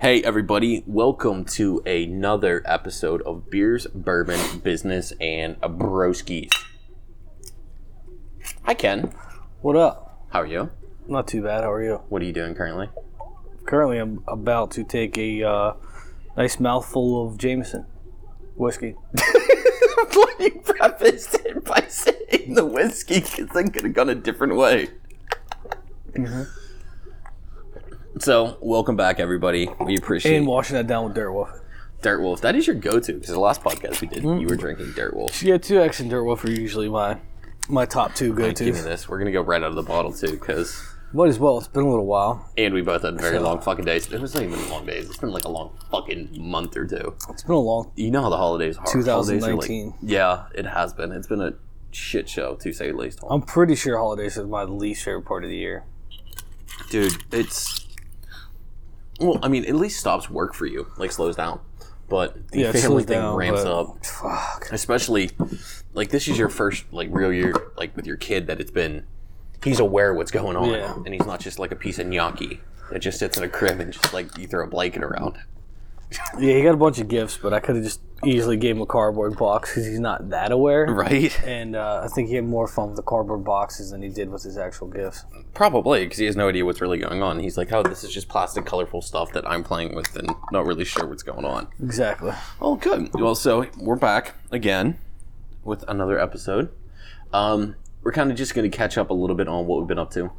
Hey, everybody, welcome to another episode of Beers, Bourbon, Business, and Broskies. Hi, Ken. What up? How are you? Not too bad. How are you? What are you doing currently? Currently, I'm about to take a uh, nice mouthful of Jameson whiskey. Well, you prefaced it by saying the whiskey because I could have gone a different way. Mm-hmm. So, welcome back, everybody. We appreciate And washing that down with Dirt Wolf. Dirt Wolf. That is your go-to because the last podcast we did, you were drinking Dirt Wolf. Yeah, 2X and Dirt Wolf are usually my my top two go Give me tos. this. We're gonna go right out of the bottle too, because Might as well. It's been a little while. and we both had very long fucking days. It was not even long days. It's been like a long fucking month or two. It's been a long. You know how the holidays are. Holidays are, like- 2019. yeah, it has been. It's been a shit show to say the least. I'm pretty sure holidays is my least favorite part of the year. dude it's well i mean at least stops work for you like slows down but the Yeah, it family slows thing down, ramps but- up Fuck. especially like this is your first like real year like with your kid that it's been he's aware of what's going on Yeah. and he's not just like a piece of gnocchi that just sits in a crib and just like you throw a blanket around Yeah, he got a bunch of gifts, but I could have just easily gave him a cardboard box because he's not that aware. right And uh, I think he had more fun with the cardboard boxes than he did with his actual gifts. probably because he has no idea what's really going on he's like oh this is just plastic colorful stuff that i'm playing with and not really sure what's going on Exactly. Oh, good. Well, so we're back again with another episode. Um, we're kind of just going to catch up a little bit on what we've been up to,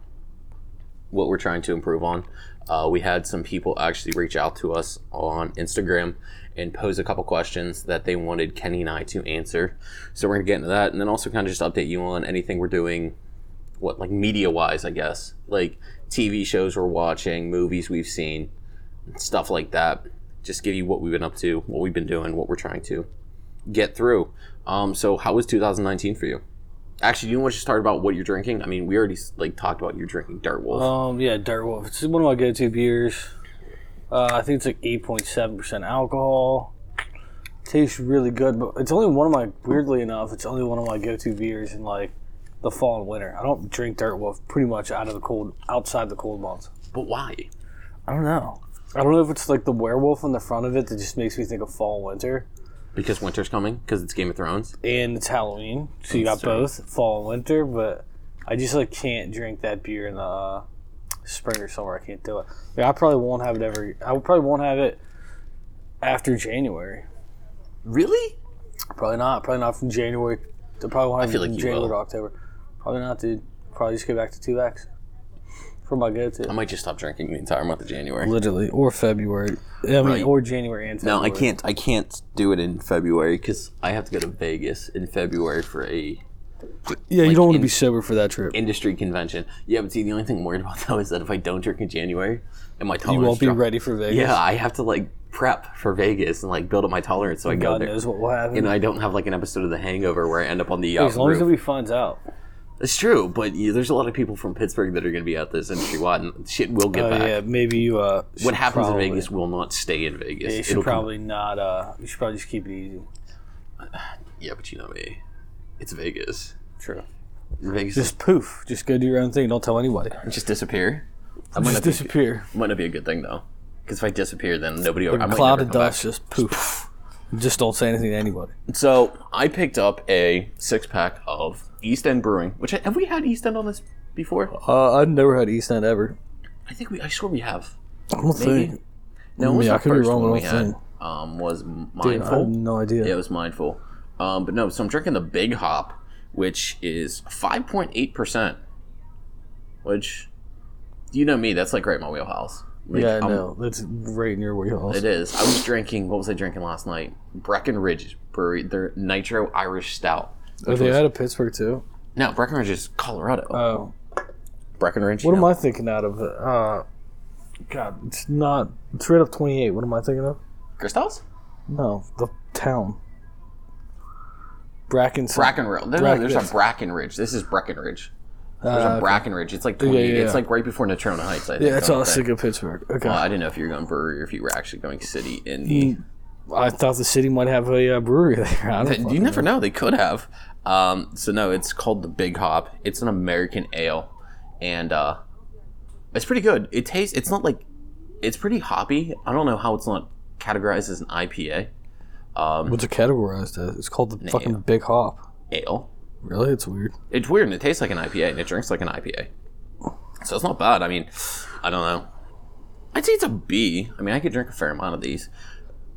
what we're trying to improve on. Uh, we had some people actually reach out to us on Instagram and pose a couple questions that they wanted Kenny and I to answer. So we're going to get into that and then also kind of just update you on anything we're doing, what, like media wise, I guess, like TV shows we're watching, movies we've seen, stuff like that. Just give you what we've been up to, what we've been doing, what we're trying to get through. Um, so how was 2019 for you? Actually, you want to just start about what you're drinking? I mean, we already like talked about you're drinking Dirt Wolf. Um, yeah, Dirt Wolf. It's one of my go-to beers. Uh, I think it's like eight point seven percent alcohol. Tastes really good, but it's only one of my. Weirdly enough, it's only one of my go-to beers in like the fall and winter. I don't drink Dirt Wolf pretty much out of the cold, outside the cold months. but why? I don't know. I don't know if it's like the werewolf on the front of it that just makes me think of fall and winter, Because winter's coming. Because it's Game of Thrones. and it's Halloween, so you got That's true. both fall and winter. But I just like can't drink that beer in the uh, spring or summer. I can't do it. Yeah, I probably won't have it every. I probably won't have it after January. Really? Probably not. Probably not from January. I probably won't have feel it like from you January will. to October. Probably not, dude. Probably just go back to two X for my go-to. I might just stop drinking the entire month of January. Literally, or February. I mean, Right. or January and February. No, I can't. I can't do it in February because I have to go to Vegas in February for a Yeah, like, you don't want in- to be sober for that trip. industry convention. Yeah, but see, the only thing I'm worried about though is that if I don't drink in January, and my You tolerance won't be drop- ready for Vegas. Yeah, I have to like prep for Vegas and like build up my tolerance so I go Oh, God there. knows what will happen. And I don't have like an episode of The Hangover where I end up on the yacht as long as roof. nobody finds out. it's true, but yeah, there's a lot of people from Pittsburgh that are going to be at this industry wide, and shit will get Oh back. yeah, maybe you. Uh, What should happens probably- in Vegas will not stay in Vegas. You should It'll come- probably not. Uh, you should probably just keep it easy. yeah, but you know me, it's Vegas. True. Vegas just, Just poof. Just go do your own thing. Don't tell anybody. just disappear. I might, Just not be, disappear. might not be a good thing though, because if I disappear, then nobody. Like I might Cloud never of come back. dust. Just poof. Just don't say anything to anybody. So I picked up a six pack of East End Brewing. Which have we had East End on this before? Uh, I've never had East End ever. I think we. I swear we have. I don't Maybe. think. No, what was Yeah, the I could be first wrong, one I we don't had? think. Um, was Dude, I mindful. have no idea. yeah, it was mindful. Um, but no, so I'm drinking the Big Hop, which is 5.8 percent. Which, you know me, that's like right in my wheelhouse. Like, Yeah, I I'm- know. That's right near where you are. It is. I was drinking. What was I drinking last night? Breckenridge Brewery, their Nitro Irish Stout. Are they out of Pittsburgh too? No, Breckenridge is Colorado. Oh, Breckenridge. What you am know. I thinking out of? Uh, God, it's not. It's right up 28. What am I thinking of? Christos? No, the town. Bracken. Brackenridge. No, no, Bracken- there's a Brackenridge. This is Breckenridge. There's a Uh, Brackenridge. It's like 20, yeah, yeah. it's like right before Natrona Heights. I think, yeah, that's don't all I was think. thinking of Pittsburgh. Okay. Well, I didn't know if you were going brewery or if you were actually going city in the. Mm, I thought the city might have a uh, brewery there. I don't You fucking never know. They could have. Um, so no, it's called the Big Hop. It's an American ale, and uh, it's pretty good. It tastes. It's not like it's pretty hoppy. I don't know how it's not categorized as an IPA. Um, What's it categorized as? It's called the fucking Big Hop. ale. Really? It's weird. It's weird, and it tastes like an IPA, and it drinks like an IPA. So it's not bad. I mean, I don't know. I'd say it's a B. I mean, I could drink a fair amount of these.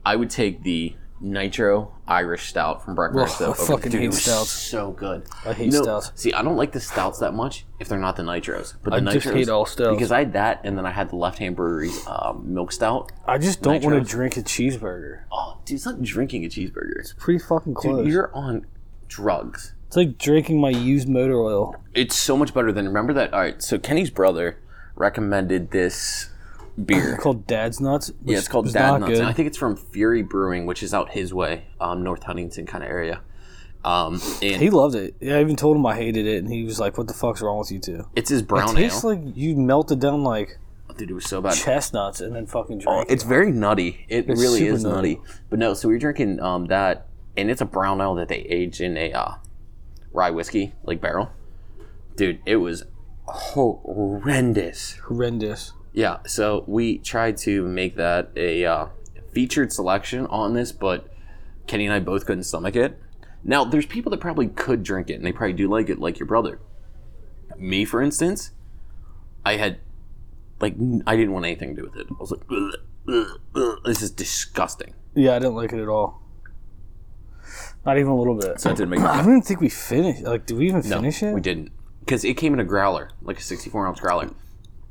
I would take the Nitro Irish Stout from Breckenridge. Ugh, Oh, I though, over- fucking Dude, hate it was stouts. So good. I hate You know, stouts. See, I don't like the stouts that much if they're not the nitros. But the I nitros, just hate all stouts. because I had that, and then I had the Left Hand Brewery's um, milk stout. I just don't want Nitros. to drink a cheeseburger. Oh, dude, it's like drinking a cheeseburger. Pretty fucking close. Dude, you're on drugs. it's like drinking my used motor oil. It's so much better than remember that. All right, so Kenny's brother recommended this beer. called Dad's Nuts. Which yeah, it's called was Dad not Nuts. And I think it's from Fury Brewing, which is out his way, um, North Huntington kind of area. Um, and He loved it. Yeah, I even told him I hated it, and he was like, "What the fuck's wrong with you two? it's his brown ale. Tastes like you melted down like dude, it was so bad. chestnuts and then fucking Oh, drank. it. it's very nutty. It It's really super is nutty. But no, so we were drinking um, that, and it's a brown ale that they age in a uh, rye whiskey like barrel. Dude, it was horrendous. horrendous. Yeah, so we tried to make that a uh, featured selection on this, but Kenny and I both couldn't stomach it. Now, there's people that probably could drink it, and they probably do like it, like your brother. Me, for instance, I had, like, n- I didn't want anything to do with it. I was like, "Ugh, ugh, ugh, this is disgusting. Yeah, I didn't like it at all. Not even a little bit. So that didn't make I me. don't even think we finished. Like, did we even No, finish it? we didn't. Because it came in a growler, like a 64 ounce growler.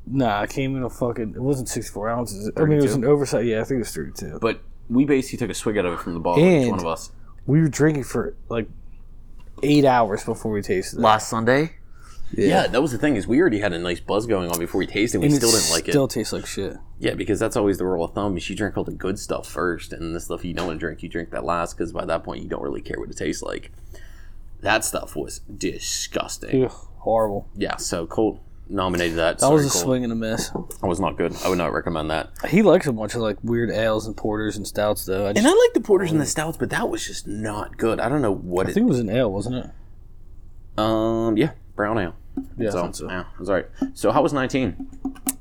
Nah, it came in a fucking. It wasn't sixty-four ounces. I mean, it was an oversight. Yeah, I think it was thirty-two. But we basically took a swig out of it from the bottle, each And- one of us. We were drinking for like eight hours before we tasted it. last Sunday. Yeah. that was the thing is we already had a nice buzz going on before we tasted. it. We And still didn't like Still it. tastes like shit. Yeah, because that's always the rule of thumb: is you drink all the good stuff first, and the stuff you don't want to drink, you drink that last. Because by that point, you don't really care what it tastes like. That stuff was disgusting. Ugh, horrible. Yeah, so Colt nominated that. That Sorry, was a Colt. swing and a miss. That was not good. I would not recommend that. He likes a bunch of like weird ales and porters and stouts though. I, just, And I like the porters and the stouts, but that was just not good. Mm. I don't know what I it. think it was an ale, wasn't it? um, yeah, brown ale. Yeah, So, yeah, it was all right. So how was nineteen?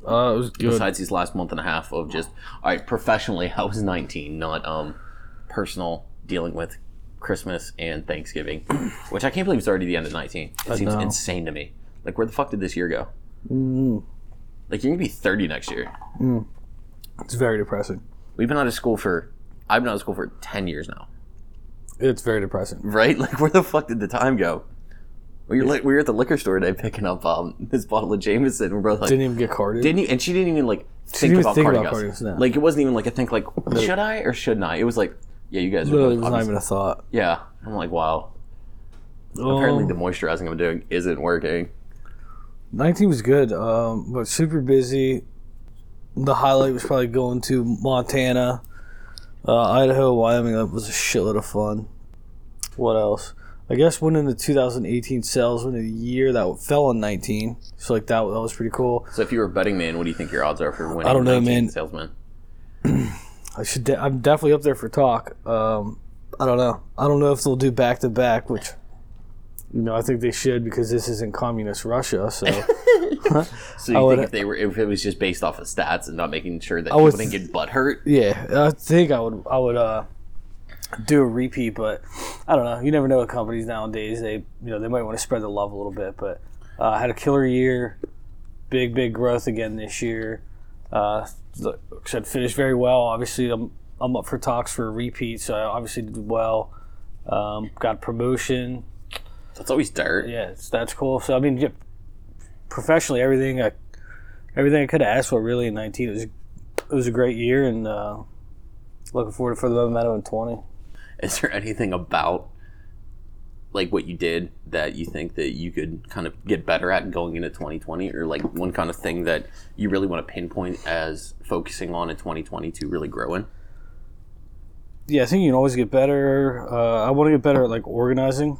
Uh, it was good. besides these last month and a half of just all right professionally i was 19 not um personal dealing with christmas and thanksgiving which i can't believe it's already the end of 19 it seems know. insane to me like where the fuck did this year go Mm. like you're gonna be 30 next year It's very depressing. we've been out of school for i've been out of school for 10 years now It's very depressing. right like where the fuck did the time go we were, li- we were at the liquor store today picking up um, this bottle of Jameson, and we're both like, Didn't even get carded. didn't you, and she didn't even like think even about think carding us. about carding us, no. Like it wasn't even like a think like should I or shouldn't I? It was like yeah, you guys are Literally, it both was Um, not obvious- even a thought. yeah. I'm like wow. Apparently the moisturizing I'm doing isn't working. Nineteen was good, um, but super busy. The highlight was probably going to Montana, uh, Idaho, Wyoming. That was a shitload of fun. What else? I guess went into 2018 salesman of the year that fell on 19. So like that, that was pretty cool. So if you were a betting man, what do you think your odds are for winning? I don't know, 19 man. Salesman. I should. De- I'm definitely up there for talk. Um, I don't know. I don't know if they'll do back to back, which you know I think they should because this is in communist Russia. So So you I would- think if they were if it was just based off of stats and not making sure that would people didn't get butt hurt? yeah, I think I would. I would uh, do a repeat, but I don't know. You never know with companies nowadays. They you know they might want to spread the love a little bit. But uh, I had a killer year. Big big growth again this year. Uh, like I said finished very well. Obviously, I'm I'm up for talks for a repeat, so I obviously did well. Um, got promotion. That's always dirt. yeah, it's, that's cool. So I mean, yeah, professionally, everything I everything I could have asked for really in nineteen it was it was a great year, and uh, looking forward to further momentum in twenty. Is there anything about like what you did that you think that you could kind of get better at going into 2020 or like one kind of thing that you really want to pinpoint as focusing on in 2020 to really grow in? Yeah, I think you can always get better. Uh, I want to get better at like organizing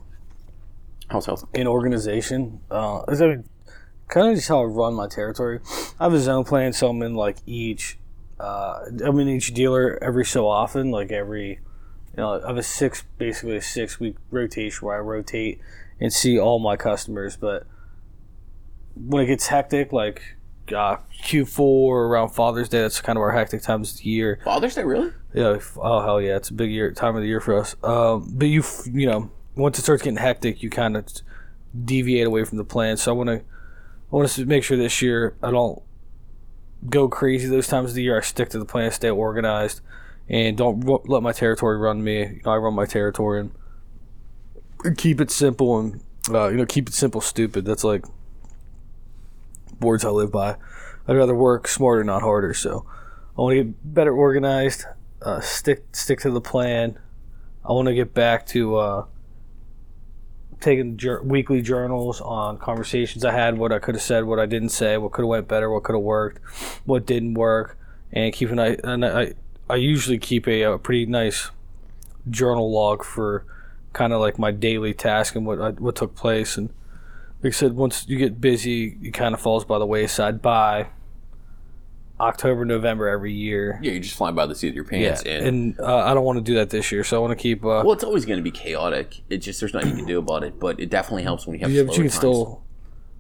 How's health? and organization. Uh, is that kind of just how I run my territory? I have a zone plan, so I'm in like each. Uh, I'm in each dealer every so often, like every. You know, I have a six basically a six week rotation where I rotate and see all my customers. But when it gets hectic, like uh, Q4 around Father's Day. That's kind of our hectic times of the year. Father's Day, really? Yeah, if- oh hell yeah, it's a big year time of the year for us. Um, but you f- you know once it starts getting hectic, you kind of deviate away from the plan. So I want to I want to make sure this year I don't go crazy those times of the year. I stick to the plan, stay organized, and don't ru- let my territory run me. You know, I run my territory and keep it simple and uh, you know keep it simple, stupid. That's like words I live by. I'd rather work smarter, not harder. So I want to get better organized uh, stick stick to the plan. I want to get back to uh, taking jur- weekly journals on conversations I had, what I could have said, what I didn't say, what could have went better, what could have worked, what didn't work, and keep an eye. And I I usually keep a, uh pretty nice journal log for kind of like my daily task and what I, what took place. And like I said, once you get busy, it kind of falls by the wayside by October, November every year. Yeah, you're just flying by the seat of your Yeah, pants. and, and uh, I don't want to do that this year, so I want to keep. Uh, well, it's always going to be chaotic. It's just there's nothing you can do about it. But it definitely helps when you have. yeah, but slower you can times. still,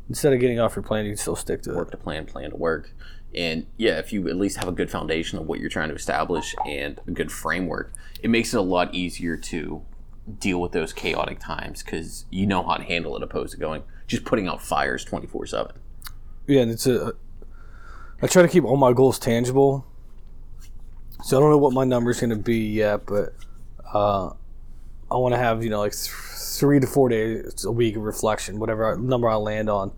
instead of getting off your plan, you can still stick to it. work to plan, plan to work. And yeah, if you at least have a good foundation of what you're trying to establish and a good framework, it makes it a lot easier to deal with those chaotic times because you know how to handle it opposed to going just putting out fires 24 7. Yeah, and it's a. I try to keep all my goals tangible, so I don't know what my number's going to be yet, but uh, I want to have you know like th- three to four days a week of reflection, whatever number I land on,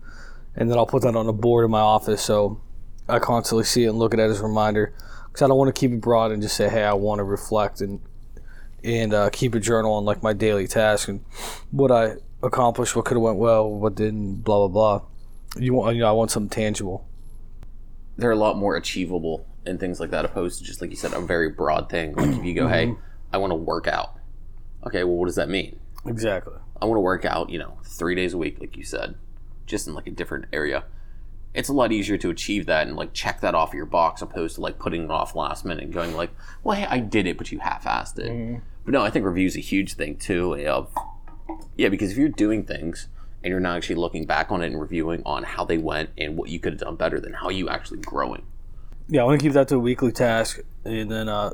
and then I'll put that on a board in my office so I constantly see it and look at it as a reminder. Because I don't want to keep it broad and just say, hey, I want to reflect and and uh, keep a journal on like my daily task and what I accomplished, what could have went well, what didn't, blah blah blah you want you know I want something tangible. They're a lot more achievable and things like that opposed to just, like you said, a very broad thing. Like if you go, hey, I want to work out. Okay, well, what does that mean? Exactly. I want to work out, you know, three days a week, like you said, just in like a different area. It's a lot easier to achieve that and like check that off your box opposed to like putting it off last minute and going like, well, hey, I did it, but you half-assed it. But no, I think review's a huge thing too. Of yeah, because if you're doing things and you're not actually looking back on it and reviewing on how they went and what you could have done better, then how are you actually growing. Yeah, I want to keep that to a weekly task, and then uh,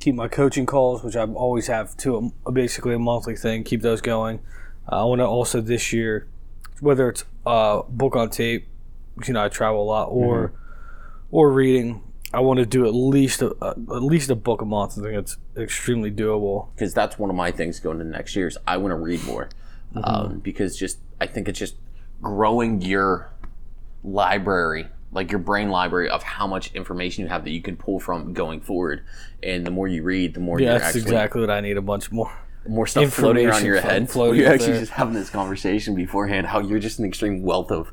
keep my coaching calls, which I always have to a, basically a monthly thing. Keep those going. Uh, I want to also this year, whether it's uh, book on tape, you know I travel a lot, or or reading. I want to do at least a, a, at least a book a month. I think it's extremely doable. because that's one of my things going into next year is I want to read more Mm-hmm. um, because just I think it's just growing your library like your brain library of how much information you have that you can pull from going forward and the more you read the more Yeah, you're that's actually exactly what I need. A bunch more. more stuff floating around information your flo- head floating you're up actually there. just having this conversation beforehand how you're just an extreme wealth of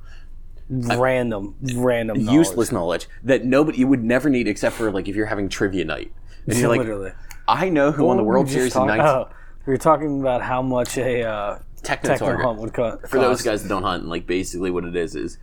Random, random, knowledge. useless knowledge that nobody you would never need except for like if you're having trivia night and you're like literally. I know who won the Well, World we Series just talk- in 19 oh, we were talking about how much a uh, Techno techno Target. hunt would co- cost. for those guys that don't hunt, like basically what it is is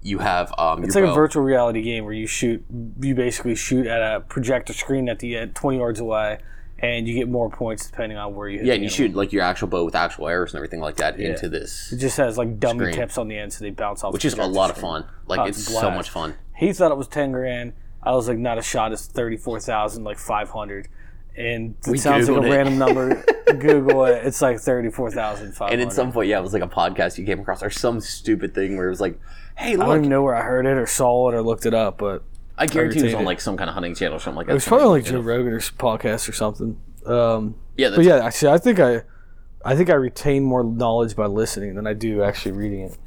you have um it's your like a bow. virtual reality game where you shoot, you basically shoot at a projector screen at the end, twenty yards away, and you get more points depending on where you. Hit yeah, the and you animal. shoot like your actual bow with actual arrows and everything like that into this, It just has like dummy Screen. tips on the end, so they bounce off. which is a lot of fun. Like Oh, it's, it's a so blast. much fun. He thought it was ten grand. I was like, not a shot. It's thirty four thousand, like five hundred. And it sounds like Googled a it. random number. Google it. It's like thirty four thousand five And hundred. at some point, yeah, it was like a podcast you came across or some stupid thing where it was like, "Hey, I don't look, even know where I heard it or saw it or looked it up, but I guarantee it was irritated. on like some kind of hunting channel or something like that." It was probably like Joe Rogan or s- podcast or something. Um, yeah, but that's, yeah, actually, I think I, I think I retain more knowledge by listening than I do actually reading it.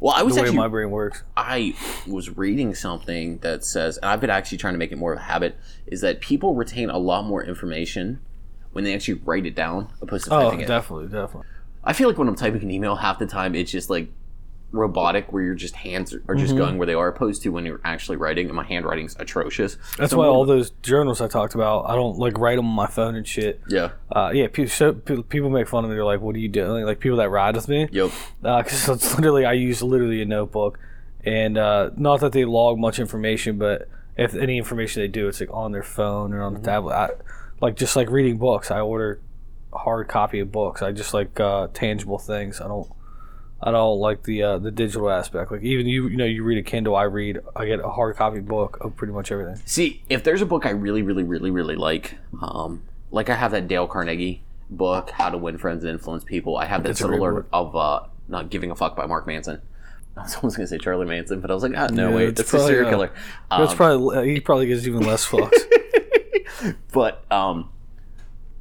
Well, I was The way actually my brain works. I was reading something that says, and I've been actually trying to make it more of a habit, is that people retain a lot more information when they actually write it down opposed to Oh, typing it. definitely, definitely. I feel like when I'm typing an email, half the time it's just like robotic, where your just hands are just Mm-hmm. going where they are, opposed to when you're actually writing. And my handwriting's atrocious. That's why all those journals I talked about, I don't like write them on my phone and shit. Yeah. Uh, yeah, people, so, pe- people make fun of me. They're like, "What are you doing?" Like people that ride with me, Yep. because Uh, it's literally I use literally a notebook, and uh, not that they log much information, but if any information they do, it's like on their phone or on the tablet. I, like just like reading books, I order hard copy of books. I just like uh, tangible things. I don't I don't like the uh, the digital aspect. Like even you, you know, you read a Kindle, I read, I get a hard copy book of pretty much everything. See, if there's a book I really, really, really, really like, um, like I have that Dale Carnegie book, How to Win Friends and Influence People. I have that a great similar book. of uh, Not Giving a Fuck by Mark Manson. I was almost gonna say Charlie Manson, but I was like, ah, no Yeah, wait, it's that's a probably, serial uh, killer. Um, That's probably uh, he probably gives even less fucks. but um,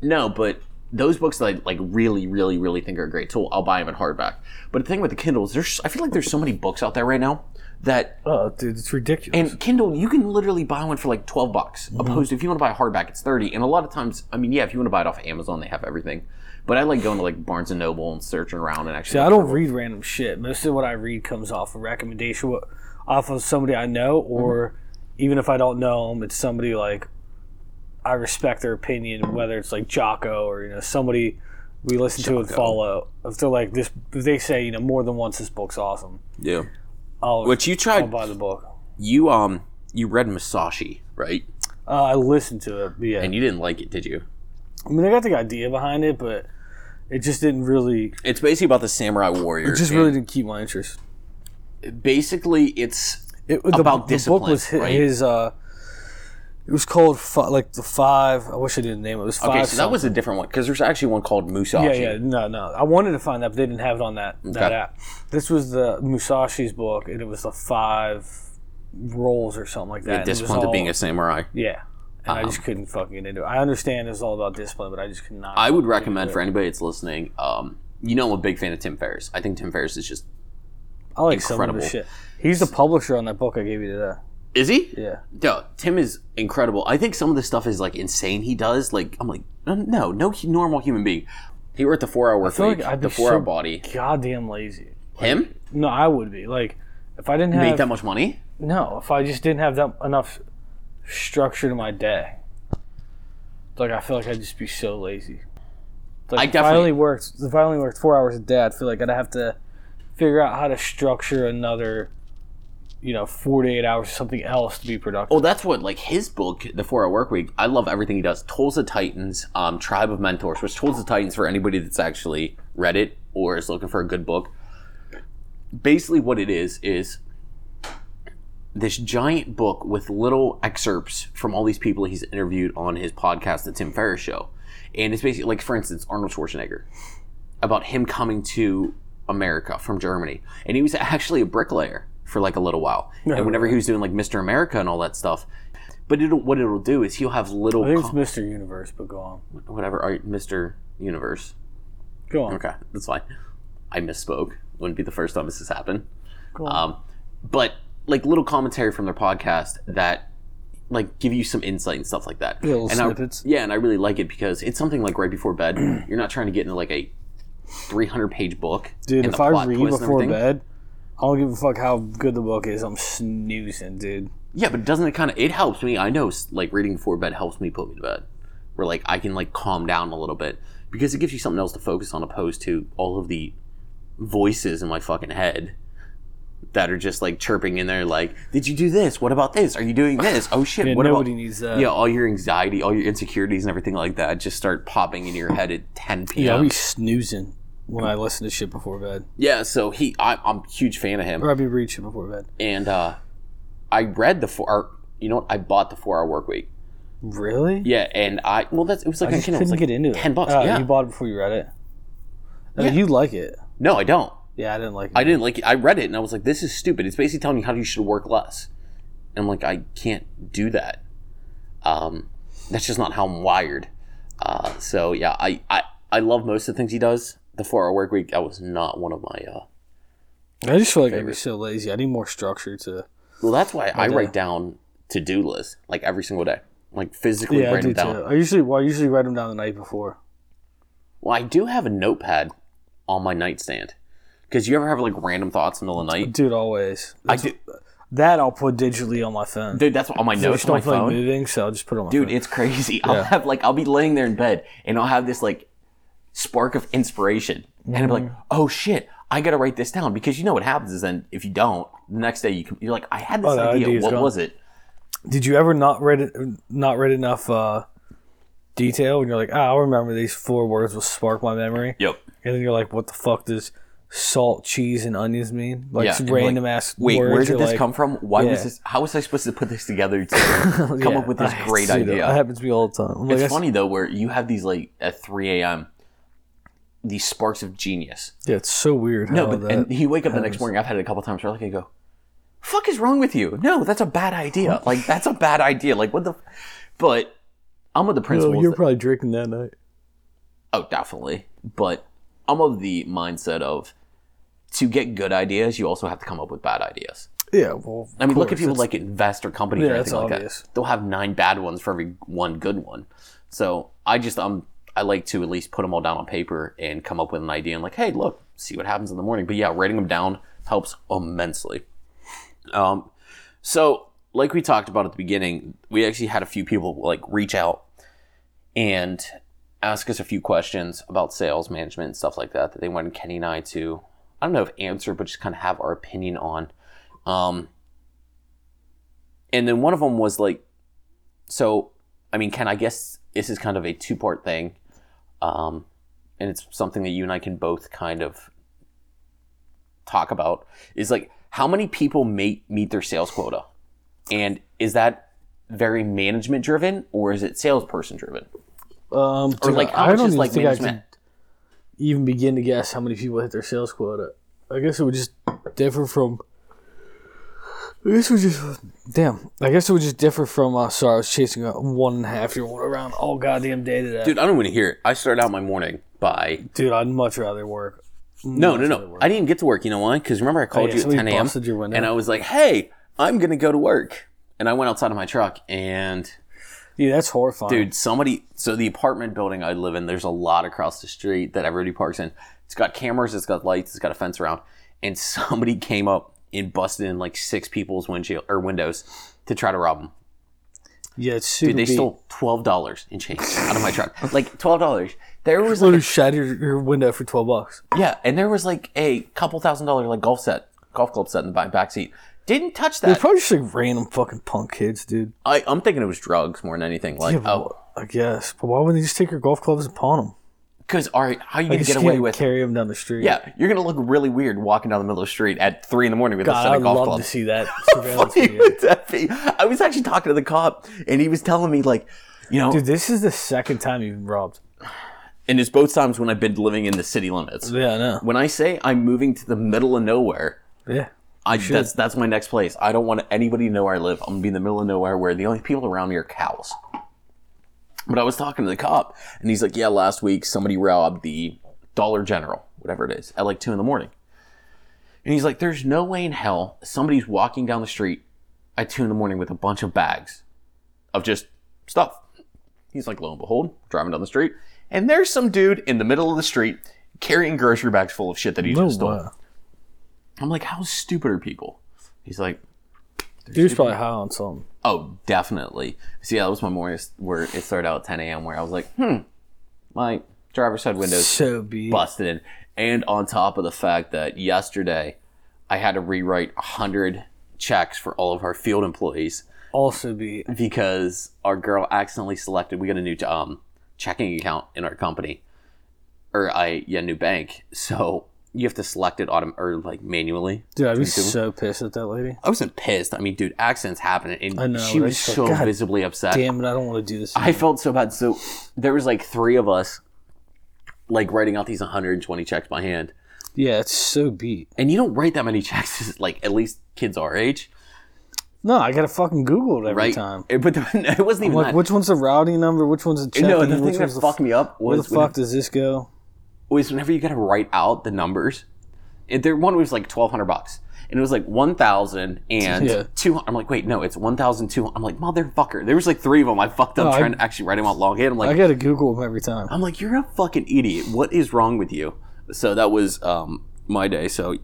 no, but those books that I like really, really, really think are a great tool, I'll buy them in hardback. But the thing with the Kindles, there's I feel like there's so many books out there right now that oh, dude, it's ridiculous. And Kindle, you can literally buy one for like twelve bucks. Mm-hmm. Opposed to if you want to buy a hardback, it's thirty. And a lot of times, I mean, yeah, if you want to buy it off Amazon, they have everything. But I like going to like Barnes and Noble and searching around and actually. See, I don't read random shit. Most of what I read comes off a recommendation, wh- off of somebody I know, or Mm-hmm. even if I don't know them, it's somebody like I respect their opinion, whether it's like Jocko or you know somebody we listen to and Jocko. follow. If they're like this, if they say you know more than once, this book's awesome. yeah. I'll, But you I'll tried buy the book. you um you read Masashi right, Uh, I listened to it, but yeah. and you didn't like it, did you? I mean, I got the idea behind it, but it just didn't really, It's basically about the samurai warrior. it just really didn't keep my interest. basically it's It, the, About the book discipline, was his. right? his uh, it was called fi- like the five. I wish I didn't name it. It was five. okay. So that was a different one because there's actually one called Musashi. something. yeah, yeah, no, no. I wanted to find that, but they didn't have it on that that Okay. app. This was the Musashi's book, and it was the five roles or something like that. and it was Discipline to all- being a Uh-huh. samurai. yeah. And I just couldn't fucking get into it. I understand it's all about discipline, but I just could not. I would recommend for anybody that's listening. Um, you know, I'm a big fan of Tim Ferriss. I think Tim Ferriss is just I like some of incredible. the shit. He's the publisher on that book I gave you today. is he? Yeah. Yo, Tim is incredible. I think some of the stuff is like insane. He does like I'm like no, no hu- normal human being. He wrote the four hour work feel week, like I'd be the four hour so- body. Goddamn lazy. Him No, I would be like, if I didn't made have that much money. No, if I just didn't have that enough structure to my day, like I feel like I'd just be so lazy. Like, I If I definitely- only worked. If I only worked four hours a day, I'd feel like I'd have to figure out how to structure another, you know, forty-eight hours or something else to be productive. Well, Oh, that's what like his book, the four hour work week. I love everything he does. Tools of Titans, um, Tribe of Mentors, which Tools of Titans for anybody that's actually read it or is looking for a good book. Basically, what it is is this giant book with little excerpts from all these people he's interviewed on his podcast, The Tim Ferriss Show. And it's basically, like, for instance, Arnold Schwarzenegger, about him coming to America from Germany. And he was actually a bricklayer for like a little while. and whenever he was doing like Mr. America and all that stuff, but it'll, what it'll do is he'll have little, I think it's com- Mister Universe, but go on, whatever, all right, Mr. Universe. go on. Okay, that's fine. I misspoke. Wouldn't be the first time this has happened. Cool. Um, but like little commentary from their podcast that like give you some insight and stuff like that. Little and I- snippets. yeah, and I really like it because it's something like right before bed. You're not trying to get into like a 300 page book. Dude, and if the I plot read twist and before everything. bed, I don't give a fuck how good the book is. I'm snoozing, dude. Yeah, but doesn't it kind of it helps me? I know s- like reading before bed helps me put me to bed, where like I can like calm down a little bit because it gives you something else to focus on opposed to all of the voices in my fucking head that are just like chirping in there like did you do this what about this are you doing this oh shit Yeah, what nobody about needs that. yeah all your anxiety all your insecurities and everything like that just start popping into your head at 10 yeah, I'll p.m be snoozing when I listen to shit before bed. yeah so he I, i'm a huge fan of him Or I'd be reading shit before bed. and uh i read the four or, you know what i bought the four hour work week Really? Yeah, and I well, that's it was like I on just Kindle, couldn't it was like get into it. ten bucks. Oh, yeah, You bought it before you read it. I mean, Yeah. you like it. no, I don't. Yeah, I didn't like it. I didn't like it. I read it and I was like, this is stupid. It's basically telling you how you should work less. And I'm like, I can't do that. Um, that's just not how I'm wired. Uh, so yeah, I, I I love most of the things he does. The four hour work week that was not one of my. Uh, I just feel like I'm so lazy. I need more structure to. well, that's why I write down to do lists like every single day, like physically Yeah, I write do them down. too. I usually, well, I usually write them down the night before. Well, I do have a notepad on my nightstand. Because you ever have like random thoughts in the middle of the night? Dude, always. I do. That I'll put digitally on my phone. Dude, that's what- on my I notes just on my don't feel like phone. moving, so I'll just put it on my Dude, phone. it's crazy. I'll have like I'll be laying there in bed and I'll have this like spark of inspiration. And I'm Mm-hmm. like, oh shit, I gotta write this down because you know what happens is then if you don't, the next day you can, you're like, I had this the idea. Oh, idea's What gone. was it? Did you ever not read it, not read enough uh, detail, and you're like, ah, I'll remember these four words will spark my memory, Yep. and then you're like, what the fuck does salt, cheese, and onions mean? Like Yeah, just and, like, random ass Wait, words where did or, this like- come from? Why was yeah. this? How was I supposed to put this together to come Yeah, up with this I great see that. That idea? happens to me all the time. I'm like, It's that's- funny though, where you have these like at 3 a.m. these sparks of genius. Yeah, it's so weird. No, how but that- and you wake up the next morning. I've had it a couple times where like I go, "Fuck is wrong with you? No, that's a bad idea. Like that's a bad idea. Like what the?" F-? But I'm of the Oh, principle. you're probably drinking that night. oh, definitely. But I'm of the mindset of to get good ideas, you also have to come up with bad ideas. Yeah, well, I mean, look at people like invest or companies Yeah, or that's anything like obvious. that. They'll have nine bad ones for every one good one. So I just um I like to at least put them all down on paper and come up with an idea and like, hey, look, see what happens in the morning. But yeah, writing them down helps immensely. Um, so like we talked about at the beginning, we actually had a few people like reach out and ask us a few questions about sales management and stuff like that that they wanted Kenny and I to I don't know if answer, but just kind of have our opinion on. Um, and then one of them was like so i mean ken i guess this is kind of a two part thing um and it's something that you and i can both kind of talk about is like how many people meet meet their sales quota and is that very management driven or is it salesperson driven um, or like how I much don't is even like think I could management even begin to guess how many people hit their sales quota. I guess it would just differ from. I guess it would just damn. I guess it would just differ from. Uh, sorry, I was chasing a one and a half year old around all goddamn day today. dude i don't want to hear it i started out my morning by Dude, I'd much rather work. No, no, no. I didn't get to work. You know why? Because remember, I called Oh, yeah, you at somebody 10 a.m. busted your window. and uh, I was like, "Hey, I'm gonna go to work." And I went outside of my truck, and Dude, that's horrifying. dude, somebody. So the apartment building I live in, there's a lot across the street that everybody parks in. It's got cameras, it's got lights, it's got a fence around. And somebody came up and busted in like six people's windshield or windows to try to rob them. yeah, it's super. They beat. stole twelve dollars in change out of my truck. Like twelve dollars. There was like literally shattered your window for twelve bucks. yeah, and there was like a couple thousand dollar like golf set, golf club set in the back, back seat. Didn't touch that. Probably just like random fucking punk kids, dude. I, I'm thinking it was drugs more than anything. Like, oh, I guess. But why wouldn't they just take your golf clubs and pawn them? because all right, how you You gonna just get away can't with? carry them down the street. Yeah, you're gonna look really weird walking down the middle of the street at three in the morning with a God, set I'd of golf love clubs. to see that How surveillance funny video. would that be? I was actually talking to the cop, and he was telling me like, you know, Dude, this is the second time you've been robbed. and it's both times when I've been living in the city limits. Yeah, I know. When I say I'm moving to the middle of nowhere, Yeah. I that's that's my next place. I don't want anybody to know where I live. I'm gonna be in the middle of nowhere where the only people around me are cows. But I was talking to the cop, and he's like, "Yeah, last week somebody robbed the Dollar General, whatever it is, at like two in the morning." And he's like, "There's no way in hell somebody's walking down the street at two in the morning with a bunch of bags of just stuff." He's like, "Lo and behold, driving down the street, and there's some dude in the middle of the street carrying grocery bags full of shit that he No just stole." way. I'm like, "How stupid are people?" He's like, Dude's probably high on something. Oh, definitely. So yeah, that was my morning where it started out at 10 a.m. Where I was like, hmm, my driver's side windows So be. busted in, and on top of the fact that yesterday I had to rewrite 100 checks for all of our field employees Also be. because our girl accidentally selected. We got a new um checking account in our company, or I yeah new bank. So you have to select it autom- or like manually. Dude, I'd be so pissed at that lady. I wasn't pissed. I mean, dude, accidents happen, and know, she but was it's like, so God visibly upset. Damn it, I don't want to do this. I felt so bad. So there was like three of us, like writing out these 120 checks by hand, yeah, it's so beat. and you don't write that many checks. Like at least kids our age, No, I gotta fucking Google it every right? time. It- but the- it wasn't even Like, that. which one's the routing number? Which one's the check? no, the thing which that one's the fucked me up Where the was, fuck does this go? was whenever you got to write out the numbers. And there one was like 1,200 bucks. And it was like 1,000 and Yeah. 200. I'm like, wait, no, it's 1,200. I'm like, motherfucker. There was like three of them. I fucked up Oh, I- trying to actually write them out longhand. I'm like, I gotta Google them every time. I'm like, you're a fucking idiot. What is wrong with you? So that was um, my day. So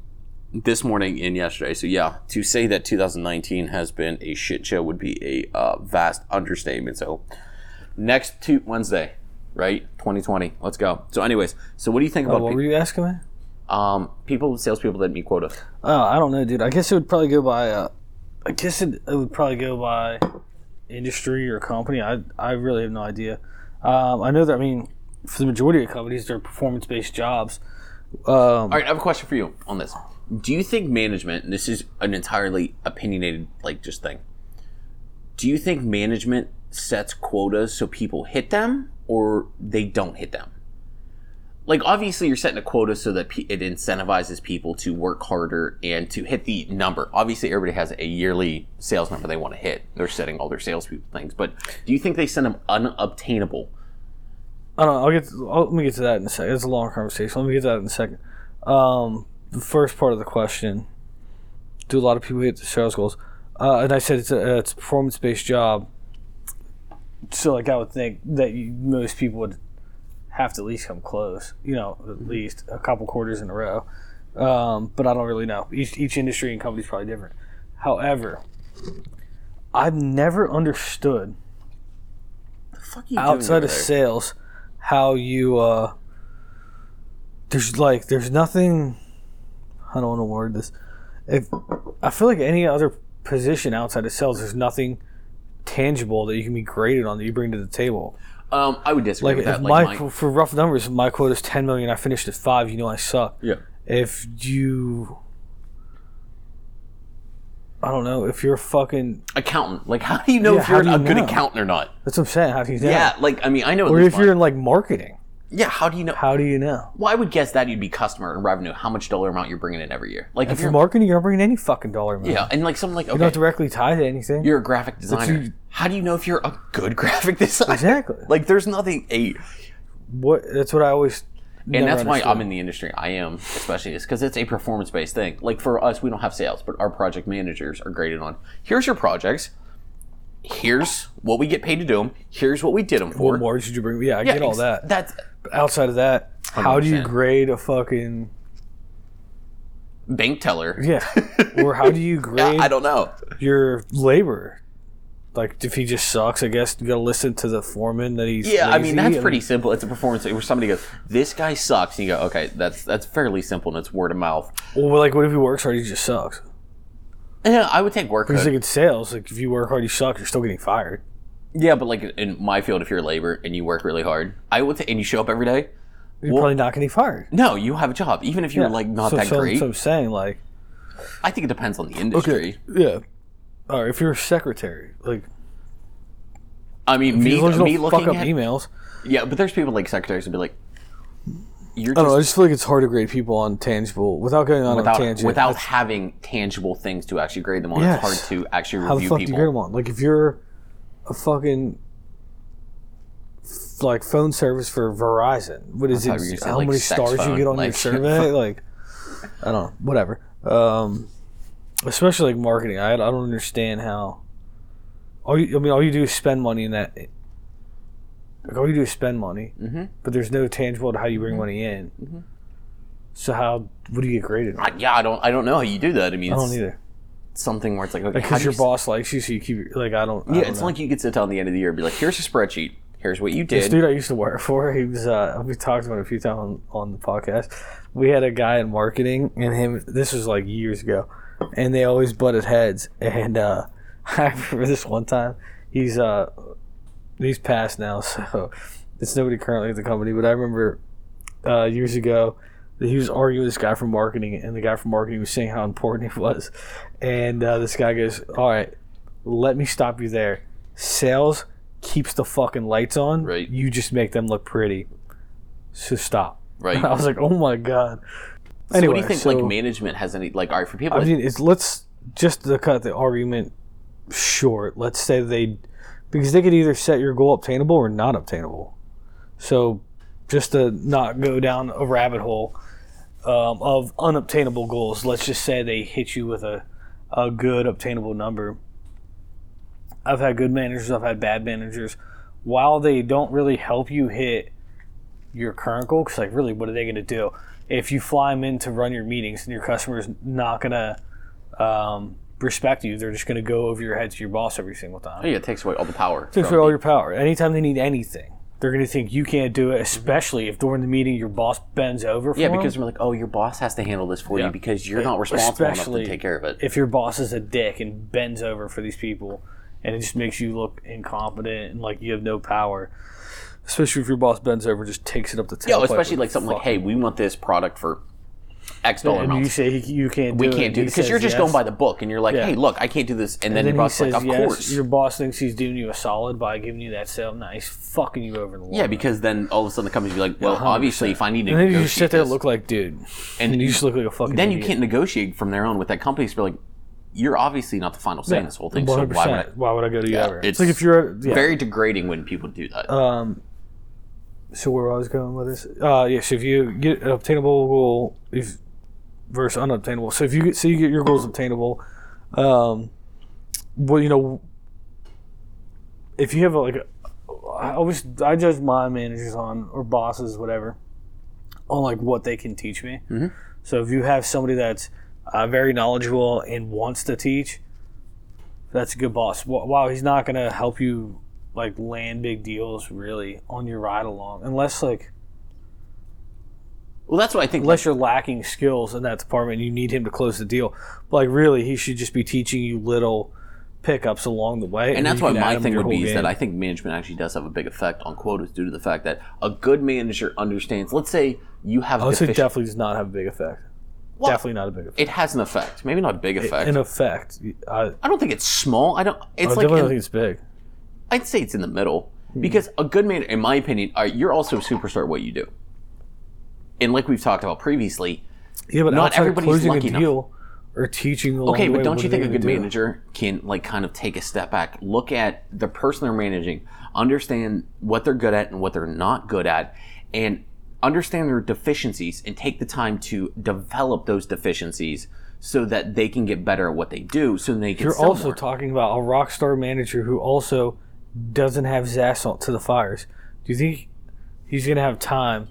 this morning and yesterday. So yeah, to say that 2019 has been a shit show would be a uh, vast understatement. So next to Wednesday, right? 2020. Let's go. So, anyways, so what do you think about Oh, What pe- were you asking me? um, people, salespeople that meet quota? Oh, I don't know, dude. I guess it would probably go by. Uh, I guess it, it would probably go by industry or company. I I really have no idea. Um, I know that. I mean, for the majority of companies, they're performance based jobs, Um, All right, I have a question for you on this. Do you think management, and this is an entirely opinionated, like, just thing, do you think management sets quotas so people hit them or they don't hit them? Like, obviously, you're setting a quota so that pe- it incentivizes people to work harder and to hit the number. Obviously, everybody has a yearly sales number they want to hit. They're setting all their salespeople things. But do you think they send them unobtainable? I don't know. I'll get. To, I'll, let me get to that in a second. It's a long conversation. Let me get to that in a second. Um, the first part of the question: Do a lot of people hit the sales goals? Uh, and I said it's a it's a performance based job. So like I would think that you, most people would have to at least come close. You know, at least a couple quarters in a row. Um, but I don't really know. Each each industry and company's probably different. However, I've never understood The fuck you outside of sales how you uh there's like there's nothing i don't want to word this if i feel like any other position outside of sales there's nothing tangible that you can be graded on that you bring to the table Um, I would disagree like with that. if my, Like, my, for rough numbers if my quota's 10 million i finished at 5 you know i suck yeah. if you i don't know if you're a fucking accountant. Like, how do you know Yeah, if how you're do a you good know? accountant or not? that's what i'm saying how do you know Yeah, like I mean, I know. or at if least you're mine. in like marketing yeah, how do you know? how do you know Well, I would guess that you'd be customer and revenue, how much dollar amount you're bringing in every year. Like if, If you're, you're marketing, you're not bringing any fucking dollar amount. yeah, and like something like You're not okay, directly tied to anything. you're a graphic designer. you- how do you know if you're a good graphic designer? exactly. Like, there's nothing a, what? That's what I always. and that's why I'm in the industry. I am, especially, is because it's a performance based thing. Like for us, we don't have sales, but our project managers are graded on here's your projects, here's what we get paid to do them, here's what we did them for. What more should you bring? Yeah, I Yeah, get all ex- that. That's But outside of that, how do you 100%. grade a fucking bank teller. yeah? or how do you grade I don't know. your labor? Like if he just sucks, I guess you gotta listen to the foreman that he's. Yeah, I lazy. mean that's pretty simple. It's a performance where somebody goes, "This guy sucks," and you go, "Okay, that's that's fairly simple," and it's word of mouth. Well, like what if he works hard? He just sucks. Yeah, I would take work. Because hood. like in sales, like if you work hard, you suck. You're still getting fired. yeah, but like in my field, if you're labor and you work really hard, I would, t- and you show up every day. You're probably not getting fired. No, you have a job, even if you're like not so, that so- great. So I'm saying like. I think it depends on the industry. Yeah. Or if you're a secretary, like I mean, as me, long as you me don't fuck up looking at emails. yeah, but there's people like secretaries would be like, "You're I don't know. I just." just feel like Oh, it's hard to grade people on tangible without going on a Without, tangent. without having tangible things to actually grade them on, Yes. it's hard to actually how the review fuck do you people. grade them on? Like if you're a fucking f- like phone service for Verizon, what thought is you were gonna it? say, How like, many sex stars phone, you get on your like- survey? like I don't know. Whatever. Um, especially like marketing, I, I don't understand how. All you, I mean, all you do is spend money in that. Like all you do is spend money, Mhm. but there's no tangible to how you Mm-hmm. bring money in. So how? What do you get graded? on? I- yeah, I don't, I don't know how you do that. I mean, I it's- don't either. something where it's like, okay, how Because do your you- boss likes you, so you keep your- like I don't. I Yeah, don't it's know. like you could sit down at the end of the year and be like, here's a spreadsheet. Here's what you this did. dude I used to work for. He was. Uh, we talked about it a few times on, on the podcast. We had a guy in marketing, and him. This was like years ago, and they always butted heads. And uh, I remember this one time. He's uh, he's passed now, so it's nobody currently at the company. But I remember uh, years ago that he was arguing with this guy from marketing, and the guy from marketing was saying how important he was. And uh, this guy goes, "All right, let me stop you there. Sales keeps the fucking lights on. Right. You just make them look pretty. So stop." I Right. was like, "Oh my god." So anyway, what do you think so- like management has any like all right for people? I mean, it's let's just to cut the argument short. Let's say they, because they could either set your goal obtainable or not obtainable. So, just to not go down a rabbit hole um, of unobtainable goals, let's just say they hit you with a, a good obtainable number. I've had good managers. I've had bad managers. While they don't really help you hit your current goal, because like really, what are they going to do? if you fly them in to run your meetings and your customer's not going to um, respect you, they're just going to go over your head to your boss every single time. Oh, yeah, it takes away all the power. Takes from away all the- your power. Anytime they need anything, they're going to think you can't do it, especially if during the meeting your boss bends over for yeah, 'em. because we're like, oh, your boss has to handle this for Yeah. you because you're not responsible enough Especially- to take care of it. if your boss is a dick and bends over for these people and it just makes you look incompetent and like you have no power Especially if your boss bends over and just takes it up the tailpipe. Yo, especially like something like, hey, we want this product for X dollar and amount. you say he, you can't. we do can't do this because you're just going by the book, and you're like, Yeah. hey, look, I can't do this, and, then your And then he boss is says like, of yes. course, Your boss thinks he's doing you a solid by giving you that sale. Now he's fucking you over in the long yeah, run. because then all of a sudden the company's be like, well, 100%. obviously, if I need to, And then you negotiate just sit there this- and look like, dude. and And you just look like a fucking. then you idiot. can't negotiate from there on with that company. So you're like, you're obviously not the final say in this whole thing. So why would I? 100%. Why would I go to you ever? it's It's like if you're. Yeah. Very degrading when people do that. Um, so where I was going with this? Uh, yes. If you get an obtainable goal, if versus unobtainable. So if you get, so you get your goals obtainable. Um, well, you know, if you have like, a, I always I judge my managers on or bosses whatever, on like what they can teach me. Mhm. So if you have somebody that's uh, very knowledgeable and wants to teach, that's a good boss. Wh- While he's not gonna help you like land big deals really on your ride along unless like well, that's what I think. unless you're lacking skills in that department and you need him to close the deal but like really he should just be teaching you little pickups along the way and that's why my thing would be is that I. I think management actually does have a big effect on quotas due to the fact that a good manager understands. Let's say you have I would say deficient- definitely does not have a big effect Well, definitely not a big effect it has an effect. Maybe not a big effect. an effect I, I I don't think it's small. I don't. It's like definitely Hmm. in- think it's big I'd say it's in the middle because a good man, in my opinion, are, you're also a superstar at what you do. And like we've talked about previously, yeah but not outside of everybody's closing lucky a enough. deal or teaching along okay, the way, but what don't are you they think a gonna good do? manager can like kind of take a step back, look at the person they're managing, understand what they're good at and what they're not good at, and understand their deficiencies and take the time to develop those deficiencies so that they can get better at what they do, so they can you're sell also more. talking about a rock star manager who also doesn't have his ass on to the fires. Do you think he's gonna have time?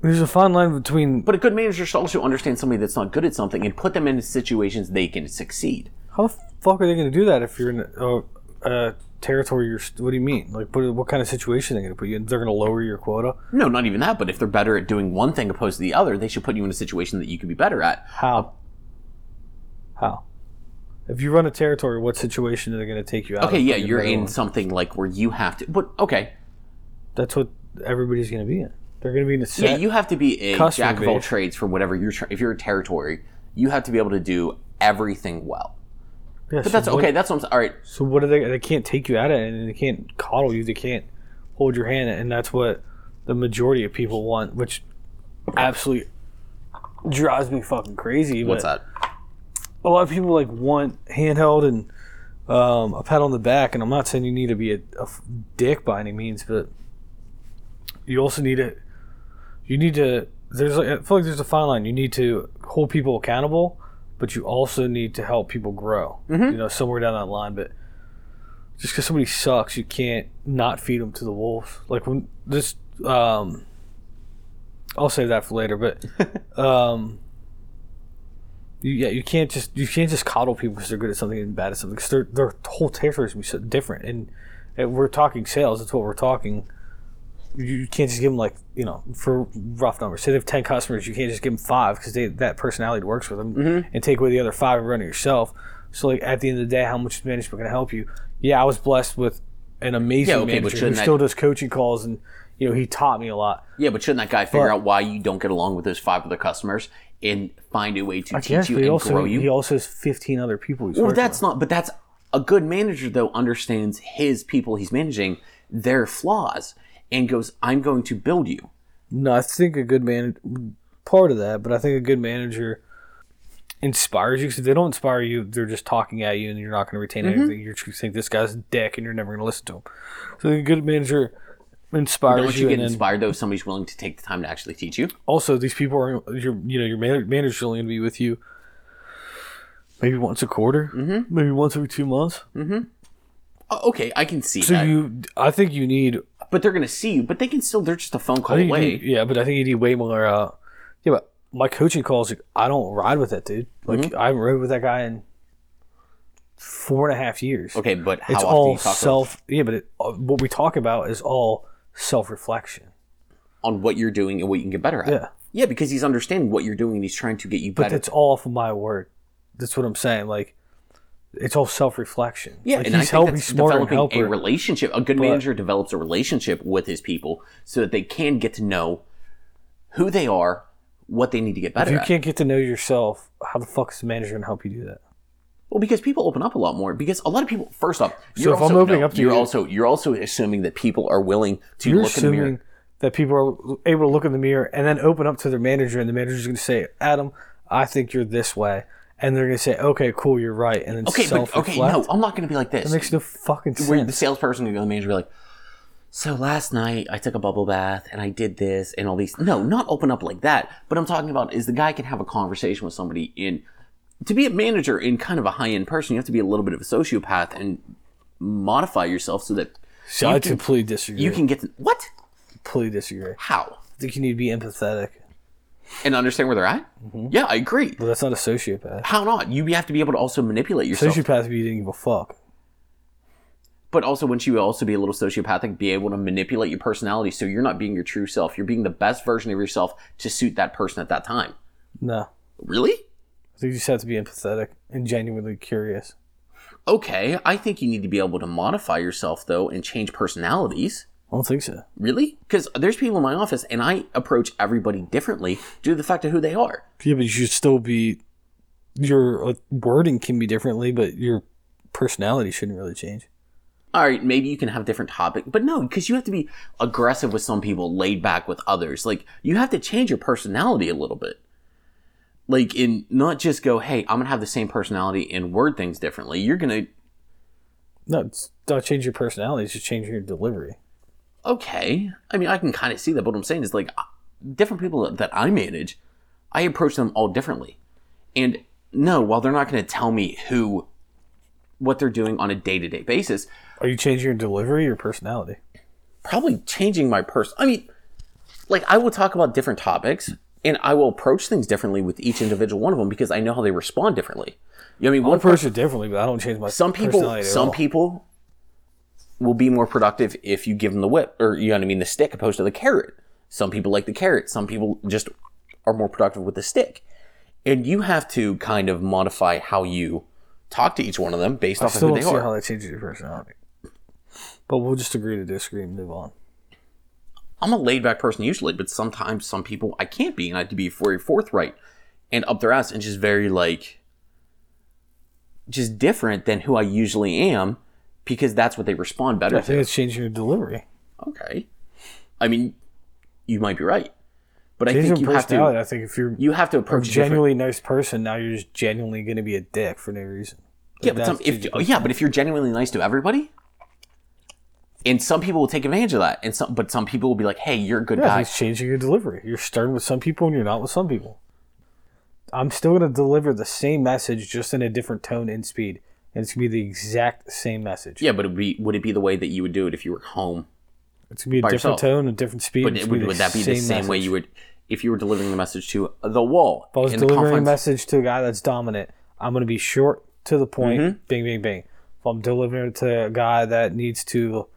There's a fine line between. But a good manager should also understand somebody that's not good at something and put them into situations they can succeed. how the fuck are they gonna do that if you're in a, a territory? You're. What do you mean? Like, what, what kind of situation are they gonna put you in? They're gonna lower your quota. No, not even that. But if they're better at doing one thing opposed to the other, they should put you in a situation that you could be better at. How? How? If you run a territory, what situation are they gonna take you out? of Okay, for yeah, your you're better in one? something like where you have to. But okay, That's what everybody's gonna be in. They're gonna be in a set. yeah, you have to be a Customer jack of all base. trades for whatever you're. Tra- if you're a territory, you have to be able to do everything well. Yeah, so But that's what- okay. That's what I'm. s- All right. So what are they? They can't take you out of it, and they can't coddle you. They can't hold your hand, and that's what the majority of people want, which absolutely drives me fucking crazy. But What's that? a lot of people like want handheld and um, a pat on the back, and I'm not saying you need to be a, a f- dick by any means, but you also need to you need to there's like, I feel like there's a fine line. You need to hold people accountable, but you also need to help people grow. You know, somewhere down that line, but just because somebody sucks, you can't not feed them to the wolves. Like when this, um, I'll save that for later. But um, you, yeah, you can't just you can't just coddle people because they're good at something and bad at something. Because their their whole territory is gonna be so different. And, and we're talking sales. That's what we're talking. You, you can't just give them like you know for rough numbers. Say they have ten customers, you can't just give them five because they that personality works with them, Mm-hmm. and take away the other five and run it yourself. So like at the end of the day, how much is management going to help you? Yeah, I was blessed with an amazing Yeah, okay, but manager who shouldn't that- still does coaching calls, and you know he taught me a lot. Yeah, but shouldn't that guy figure out why you don't get along with those five other customers and find a way to teach Yes, you but he and also grow you? he also has fifteen other people. He's Well, working that's not. But that's a good manager, though, understands his people he's managing, their flaws, and goes, "I'm going to build you." No, I think a good man part of that, but I think a good manager inspires you because if they don't inspire you, they're just talking at you, and you're not going to retain Mm-hmm. anything. You're just going to think this guy's a dick, and you're never going to listen to him. So I think a good manager inspires Don't you, you get and then inspired though? if Somebody's willing to take the time to actually teach you. also these people are your you know your man- manager's only going to be with you maybe once a quarter, mm-hmm. maybe once every two months. Oh, okay, I can see So that. you, I think you need but they're going to see you. But they can still. They're just a phone call I think you away. need- yeah, but I think you need way more. Uh, yeah, but my coaching calls, like, I don't ride with that dude. Like Mm-hmm. I haven't rode with that guy in four and a half years. okay, but how it's often do all you talk self. Yeah, but it, uh, what we talk about is all self reflection. on what you're doing and what you can get better at? Yeah. yeah, because he's understanding what you're doing and he's trying to get you But better. it's all from my word. That's what I'm saying. Like it's all self reflection. Yeah, like and he's I think helping, that's smarter, and developing a helper. relationship. A good manager develops a relationship with his people so that they can get to know who they are, what they need to get if better you at. can't get to know yourself, how the fuck is the manager gonna help you do that? Well, because people open up a lot more. Because a lot of people, first off, you're if I'm also, opening no, up to you're you- also you're also assuming that people are willing to You're look in the mirror. assuming that people are able to look in the mirror and then open up to their manager, and the manager's gonna say, "Adam, I think you're this way," and they're gonna say, "Okay, cool, you're right," and then Okay, self but reflect. okay, no, I'm not going to be like It this. makes no fucking sense. Where the salesperson can go to the manager and be like, so last night I took a bubble bath and I did this and all these. No, not open up like that. But I'm talking about is the guy can have a conversation with somebody in. To be a manager in kind of a high end person, you have to be a little bit of a sociopath and modify yourself so that So I completely disagree. you can get to, what? completely disagree. How? I think you need to be empathetic, And understand where they're at? Yeah, I agree. but that's not a sociopath. How not? You have to be able to also manipulate yourself. Sociopath, you didn't give a fuck. but also once you also be a little sociopathic be able to manipulate your personality so you're not being your true self you're being the best version of yourself to suit that person at that time No, really I think you just have to be empathetic and genuinely curious. okay i think you need to be able to modify yourself though and change personalities I don't think so. really because there's people in my office and i approach everybody differently due to the fact of who they are Yeah, but you should still be. Your uh, wording can be differently, but your personality shouldn't really change. all right maybe you can have different topic but no because you have to be aggressive with some people laid back with others like you have to change your personality a little bit like in not just go hey i'm gonna have the same personality and word things differently you're gonna No, it's not change your personality. It's just changing your delivery. okay i mean i can kind of see that but what i'm saying is like different people that- that i manage i approach them all differently and no while they're not gonna tell me who what they're doing on a day-to-day basis Are you changing your delivery or your personality? probably changing my person. I mean, like I will talk about different topics and I will approach things differently with each individual one of them because I know how they respond differently. You know what I mean, one One person, person differently, but I don't change my some people, personality at some all. people will be more productive if you give them the whip or you know what I mean, the stick opposed to the carrot. Some people like the carrot. Some people just are more productive with the stick. And you have to kind of modify how you talk to each one of them based I off of still who don't they see are. how that changes your personality. But we'll just agree to disagree and move on. I'm a laid back person usually, but sometimes some people I can't be, and I have to be very forthright and up their ass and just very like, just different than who I usually am because that's what they respond better I think to. it's changing your delivery. Okay. I mean, you might be right, but I Change think your you have personality. to, I think if you're you have to approach it different. genuinely nice person, now you're just genuinely going to be a dick for no reason. Yeah, but some, That's if oh, yeah, but if you're genuinely nice to everybody, and some people will take advantage of that, and some but some people will be like, "Hey, you're a good Yeah, I guy." think it's changing your delivery. You're stern with some people and you're not with some people. I'm still going to deliver the same message, just in a different tone and speed. And it's going to be the exact same message. Yeah, but it'd be, would it be the way that you would do it if you were home? It's going to be a different yourself. tone, a different speed. But it's it, gonna would, would that be the same way message. you would if you were delivering the message to the wall? If I was in the delivering a conference? message to a guy that's dominant, I'm going to be short to the point, Mm-hmm. bing, bing, bing. If I'm delivering it to a guy that needs to,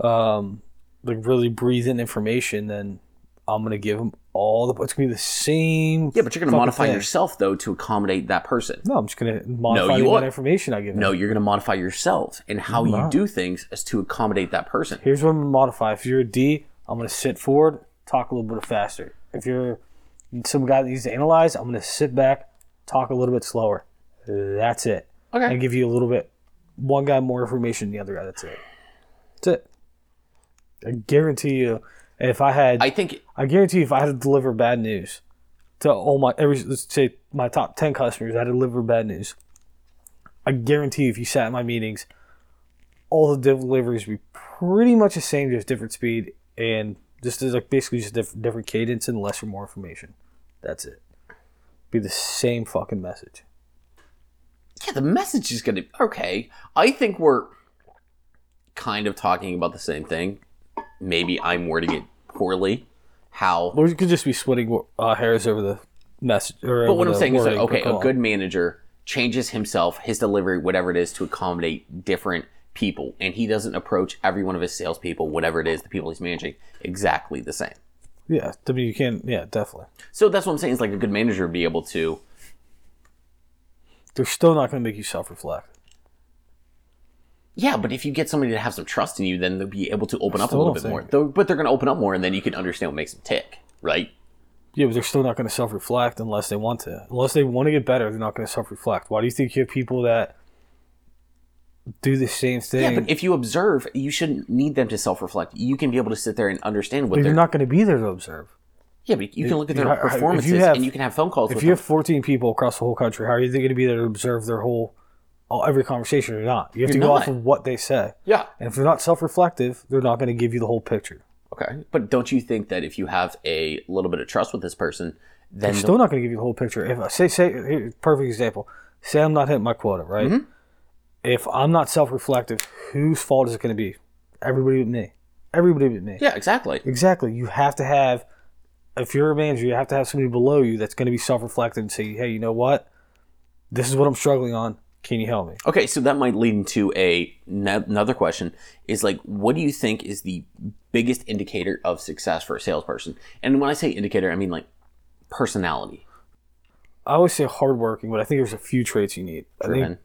um, like really breathe in information, then I'm going to give him all the. It's going to be the same. Yeah, but you're going to fucking modify thing. yourself though to accommodate that person. No, I'm just going to modify you the amount are- of information I give him. No, you're going to modify yourself and how you do things as to accommodate that person. Here's what I'm going to modify. If you're a D, I'm going to sit forward, talk a little bit faster. If you're some guy that needs to analyze, I'm going to sit back, talk a little bit slower. That's it. and Okay. give you a little bit one guy more information than the other guy. That's it. That's it. I guarantee you, if I had, I, I think guarantee you, if I had to deliver bad news to all my every let's say my top ten customers, I had to deliver bad news. I guarantee you, if you sat in my meetings, all the deliveries would be pretty much the same, just different speed and just as like basically just diff- different cadence and less or more information. That's it. Be the same fucking message. yeah, the message is going to okay. I think we're kind of talking about the same thing. Maybe I'm wording it poorly. How Or you could just be splitting uh, hairs over the message. Or But what I'm saying is, like, okay, a good manager changes himself, his delivery, whatever it is, to accommodate different people, and he doesn't approach every one of his salespeople, whatever it is, the people he's managing, exactly the same. Yeah, I mean, you can. Yeah, definitely. So that's what I'm saying. Is like a good manager would be able to. They're still not going to make you self reflect. Yeah, but if you get somebody to have some trust in you, then they'll be able to open up a Still little don't bit more. think- Though- But they're going to open up more, and then you can understand what makes them tick, right? Yeah, but they're still not going to self reflect unless they want to. Unless they want to get better, they're not going to self reflect. Why do you think you have people that do the same thing? Yeah, but if you observe, you shouldn't need them to self-reflect. You can be able to sit there and understand what But they're. you're not going to be there to observe. yeah, but you can look at their if you performances, have- and you can have phone calls. If with you them. have 14 people across the whole country, how are you going to be there to observe their whole, all, every conversation or not? You have to You're go not. off of what they say. yeah, And if they're not self reflective, they're not going to give you the whole picture. okay, but don't you think that if you have a little bit of trust with this person, then They're still not going to give you the whole picture. If I say, say, here, perfect example, say I'm not hitting my quota, right? If I'm not self reflective, whose fault is it going to be? Everybody but me. Everybody but me. yeah, exactly. Exactly. You have to have, if you're a manager, you have to have somebody below you that's going to be self reflective and say, hey, you know what? This is what I'm struggling on. Can you help me? Okay, so that might lead into a n- another question is like, what do you think is the biggest indicator of success for a salesperson? And when I say indicator, I mean like personality. I always say hardworking, but I think there's a few traits you need. I think Driven.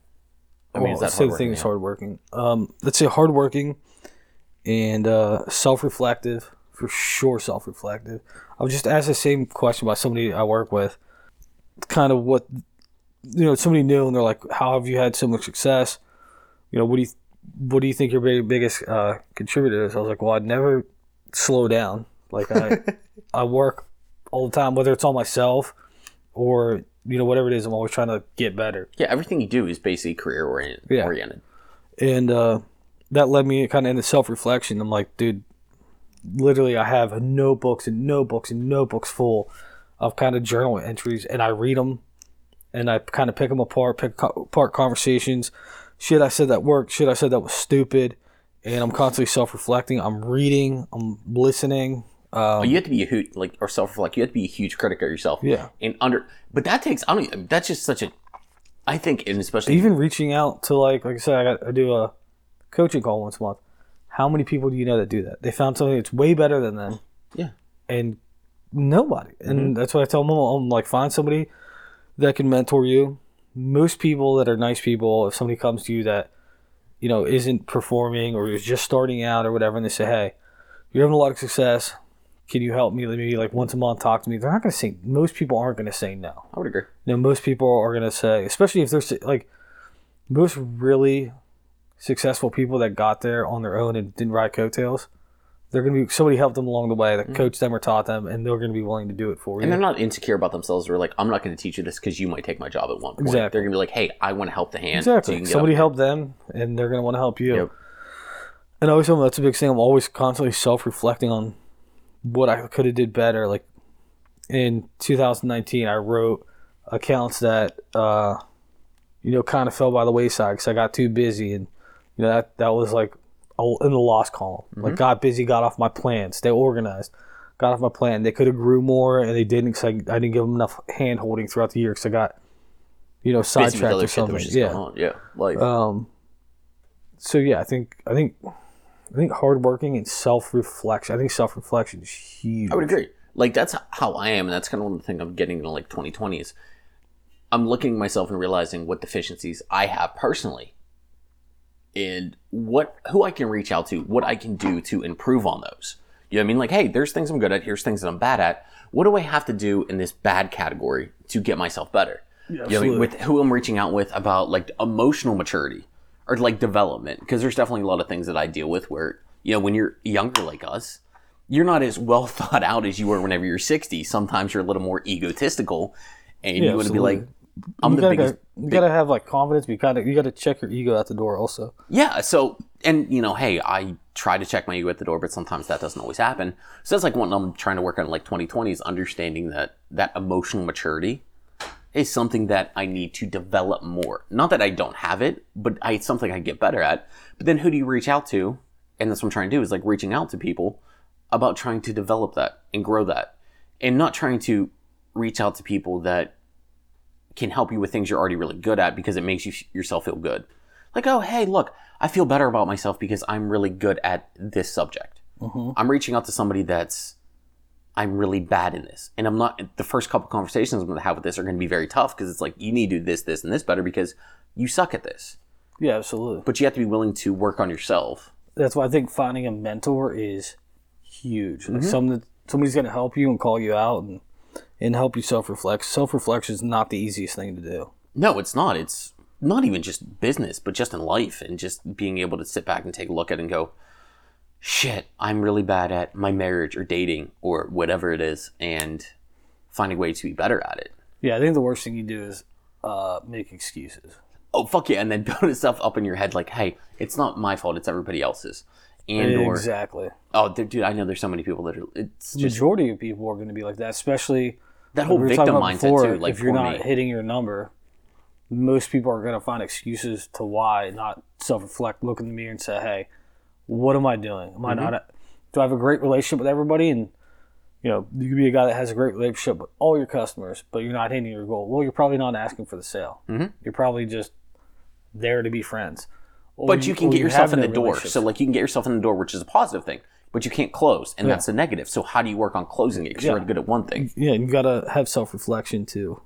I mean, well, is that the same hardworking? thing Yeah. as hardworking. Um, let's say hardworking and uh, self-reflective, for sure. Self-reflective. I was just asked the same question by somebody I work with. It's kind of what you know, somebody new, and they're like, "How have you had so much success? You know, what do you what do you think your big, biggest uh, contributor is?" I was like, "Well, I'd never slow down. Like I I work all the time, whether it's on myself or." You know, whatever it is, I'm always trying to get better. Yeah, everything you do is basically career oriented. Yeah. oriented. and uh, that led me kind of into self reflection. I'm like, dude, literally, I have notebooks and notebooks and notebooks full of kind of journal entries, and I read them and I kind of pick them apart, pick co- apart conversations. Shit, I said that worked. Shit, I said that was stupid. And I'm constantly self reflecting. I'm reading, I'm listening. But you have to be a hoot, like or self reflect. You have to be a huge critic of yourself. Yeah. And under, but that takes. I don't. That's just such a. I think, and especially even reaching out to like like I said, I, got, I do a coaching call once a month. How many people do you know that do that? They found something that's way better than them. Yeah. Mm-hmm. And nobody. And that's what I tell them. I'm like, find somebody that can mentor you. Most people that are nice people, if somebody comes to you that you know isn't performing or is just starting out or whatever, and they say, "Hey, you're having a lot of success. Can you help me? Maybe like once a month, talk to me." They're not going to say. Most people aren't going to say no I would agree. you know, most people are going to say, especially if they're su- like most really successful people that got there on their own and didn't ride coattails, they're going to be somebody helped them along the way that coached them or taught them, and they're going to be willing to do it for you. And they're not insecure about themselves. They're like, I'm not going to teach you this because you might take my job at one point. Exactly. They're going to be like, Hey, I want to help the hand. so you exactly. can get up Somebody here." helped them, and they're going to want to help you. Yep. And I always tell them that's a big thing. I'm always constantly self reflecting on what I could have did better. Like in 2019, I wrote accounts that uh, you know kind of fell by the wayside because I got too busy, and you know that that was like a- in the loss column. Mm-hmm. Like got busy, got off my plan, stay organized, got off my plan. They could have grew more, and they didn't because I, I didn't give them enough hand holding throughout the year because I got you know Busy with sidetracked other shit or that something. was just Yeah. going on. Yeah. Like, Um, so yeah, I think I think I think hardworking and self reflection. I think self reflection is huge. I would agree. Like that's how I am, and that's kind of one of the things I'm getting into like 2020 is I'm looking at myself and realizing what deficiencies I have personally, and what who I can reach out to, what I can do to improve on those. You know what I mean? Like, hey, there's things I'm good at. Here's things that I'm bad at. What do I have to do in this bad category to get myself better? Yeah, you know what I mean? absolutely. With who I'm reaching out with about like emotional maturity or like development, because there's definitely a lot of things that I deal with where you know when you're younger like us, you're not as well thought out as you were whenever you're 60. Sometimes you're a little more egotistical, and you want to be absolutely. like, "I'm you the gotta, biggest." you gotta have like confidence. But you gotta you gotta check your ego out the door also. Yeah. So, and you know, hey, I try to check my ego at the door, but sometimes that doesn't always happen. So that's like one I'm trying to work on, like 2020, is understanding that that emotional maturity is something that I need to develop more. Not that I don't have it, but I, it's something I get better at. But then, who do you reach out to? And that's what I'm trying to do is like reaching out to people about trying to develop that and grow that, and not trying to reach out to people that can help you with things you're already really good at because it makes you yourself feel good. Like, oh, hey, look, I feel better about myself because I'm really good at this subject. I'm reaching out to somebody that's I'm really bad in this, and I'm not. The first couple conversations I'm going to have with this are going to be very tough because it's like you need to do this, this, and this better because you suck at this. Yeah, absolutely. but you have to be willing to work on yourself. That's why I think finding a mentor is huge. Mm-hmm. Like someone, somebody's going to help you and call you out and and help you self reflect. Self reflection is not the easiest thing to do. No, it's not. It's not even just business, but just in life and just being able to sit back and take a look at it and go, shit, I'm really bad at my marriage or dating or whatever it is, and find a way to be better at it. Yeah, I think the worst thing you do is uh, make excuses. Oh fuck yeah, and then building stuff up in your head like, hey, it's not my fault, it's everybody else's. And or exactly. oh, there- dude, I know there's so many people that are. It's just Majority of people are going to be like that, especially that whole we were victim talking about mindset before, too. Like if you're for not me. hitting your number, most people are going to find excuses to why, not self-reflect, look in the mirror, and say, "Hey, what am I doing? Am Mm-hmm. I not? do I have a great relationship with everybody?" And you know, you could be a guy that has a great relationship with all your customers, but you're not hitting your goal. Well, you're probably not asking for the sale. Mm-hmm. You're probably just there to be friends. Or but you can or get yourself have in no the door. relationship. So like you can get yourself in the door, which is a positive thing, but you can't close, and that's a negative. So how do you work on closing it? Because you're already good at one thing. yeah, you got to have self-reflection to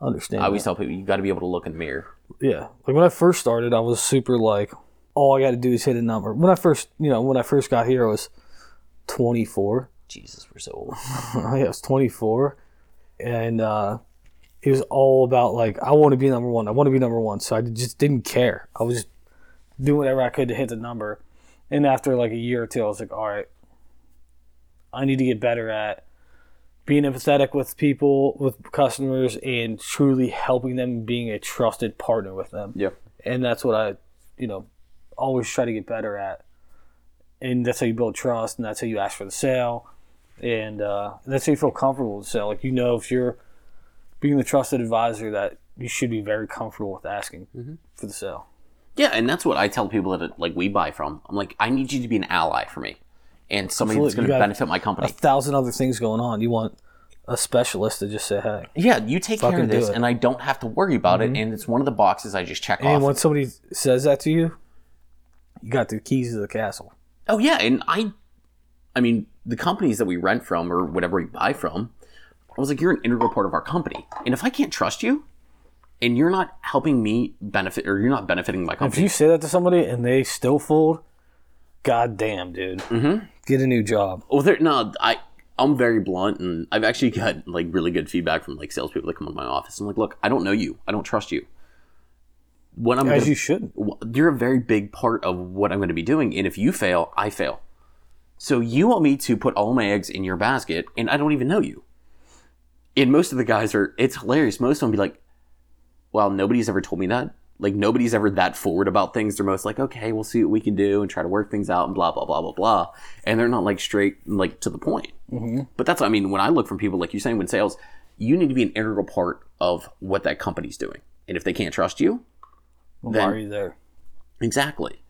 understand. I always tell people you got to be able to look in the mirror. Yeah. Like when I first started, I was super like, all I got to do is hit a number. When I first, you know, when I first got here, I was 24. Jesus, we're so old. Oh, I was 24. And uh, it was all about like, I want to be number one. I want to be number one. So I just didn't care. I was just doing whatever I could to hit the number. And after like a year or two, I was like, all right, I need to get better at being empathetic with people, with customers, and truly helping them, being a trusted partner with them Yeah. and that's what I, you know, always try to get better at. And that's how you build trust, and that's how you ask for the sale, and, uh, and that's how you feel comfortable with the sale. Like you know, if you're being the trusted advisor, that you should be very comfortable with asking for the sale. Yeah, and that's what I tell people that like we buy from. I'm like, I need you to be an ally for me, and somebody that's Absolutely. going You to gotta- benefit my company. A thousand other things going on. You want a specialist to just say hey. Yeah, you take care Fucking of do this, it. Mm-hmm. and I don't have to worry about it. And it's one of the boxes I just check off. And when somebody says that to you, you got the keys to the castle. Oh yeah, and I, I mean, the companies that we rent from or whatever we buy from, I was like, you're an integral part of our company, and if I can't trust you, and you're not helping me benefit or you're not benefiting my If company, you say that to somebody and they still fold, goddamn, dude, mm-hmm. get a new job. well, there, no, I. I'm very blunt, and I've actually got like really good feedback from like salespeople that come in my office. I'm like, look, I don't know you, I don't trust you. What I'm As gonna- you should. w- you're a very big part of what I'm going to be doing. And if you fail, I fail. So you want me to put all my eggs in your basket, and I don't even know you. And most of the guys are, it's hilarious. Most of them be like, well, nobody's ever told me that. Like, nobody's ever that forward about things. They're most like, okay, we'll see what we can do and try to work things out and blah, blah, blah, blah, blah. And they're not like straight, and, like to the point. But that's, I mean, when I look from people, like you're saying, when sales, you need to be an integral part of what that company's doing. And if they can't trust you, Why are you there? Exactly.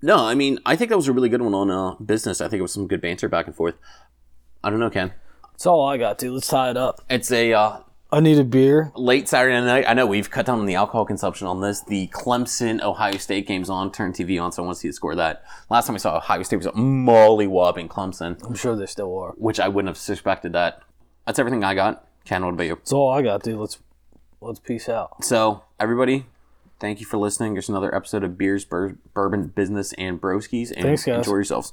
No, I mean, I think that was a really good one on uh, business. I think it was some good banter back and forth. I don't know, Ken. That's all I got, dude. Let's tie it up. It's a uh, I need a beer. late Saturday night. I know we've cut down on the alcohol consumption on this. The Clemson Ohio State game's on. Turn TV on, so I want to see the score of that. Last time we saw Ohio State was molly whopping Clemson, I'm sure they still are. which I wouldn't have suspected that. That's everything I got. Ken, what about you? That's all I got, dude. Let's let's peace out. So, everybody, thank you for listening. There's another episode of Beers, Bur- Bourbon, Business, and Broskies. And Thanks, guys. enjoy yourselves.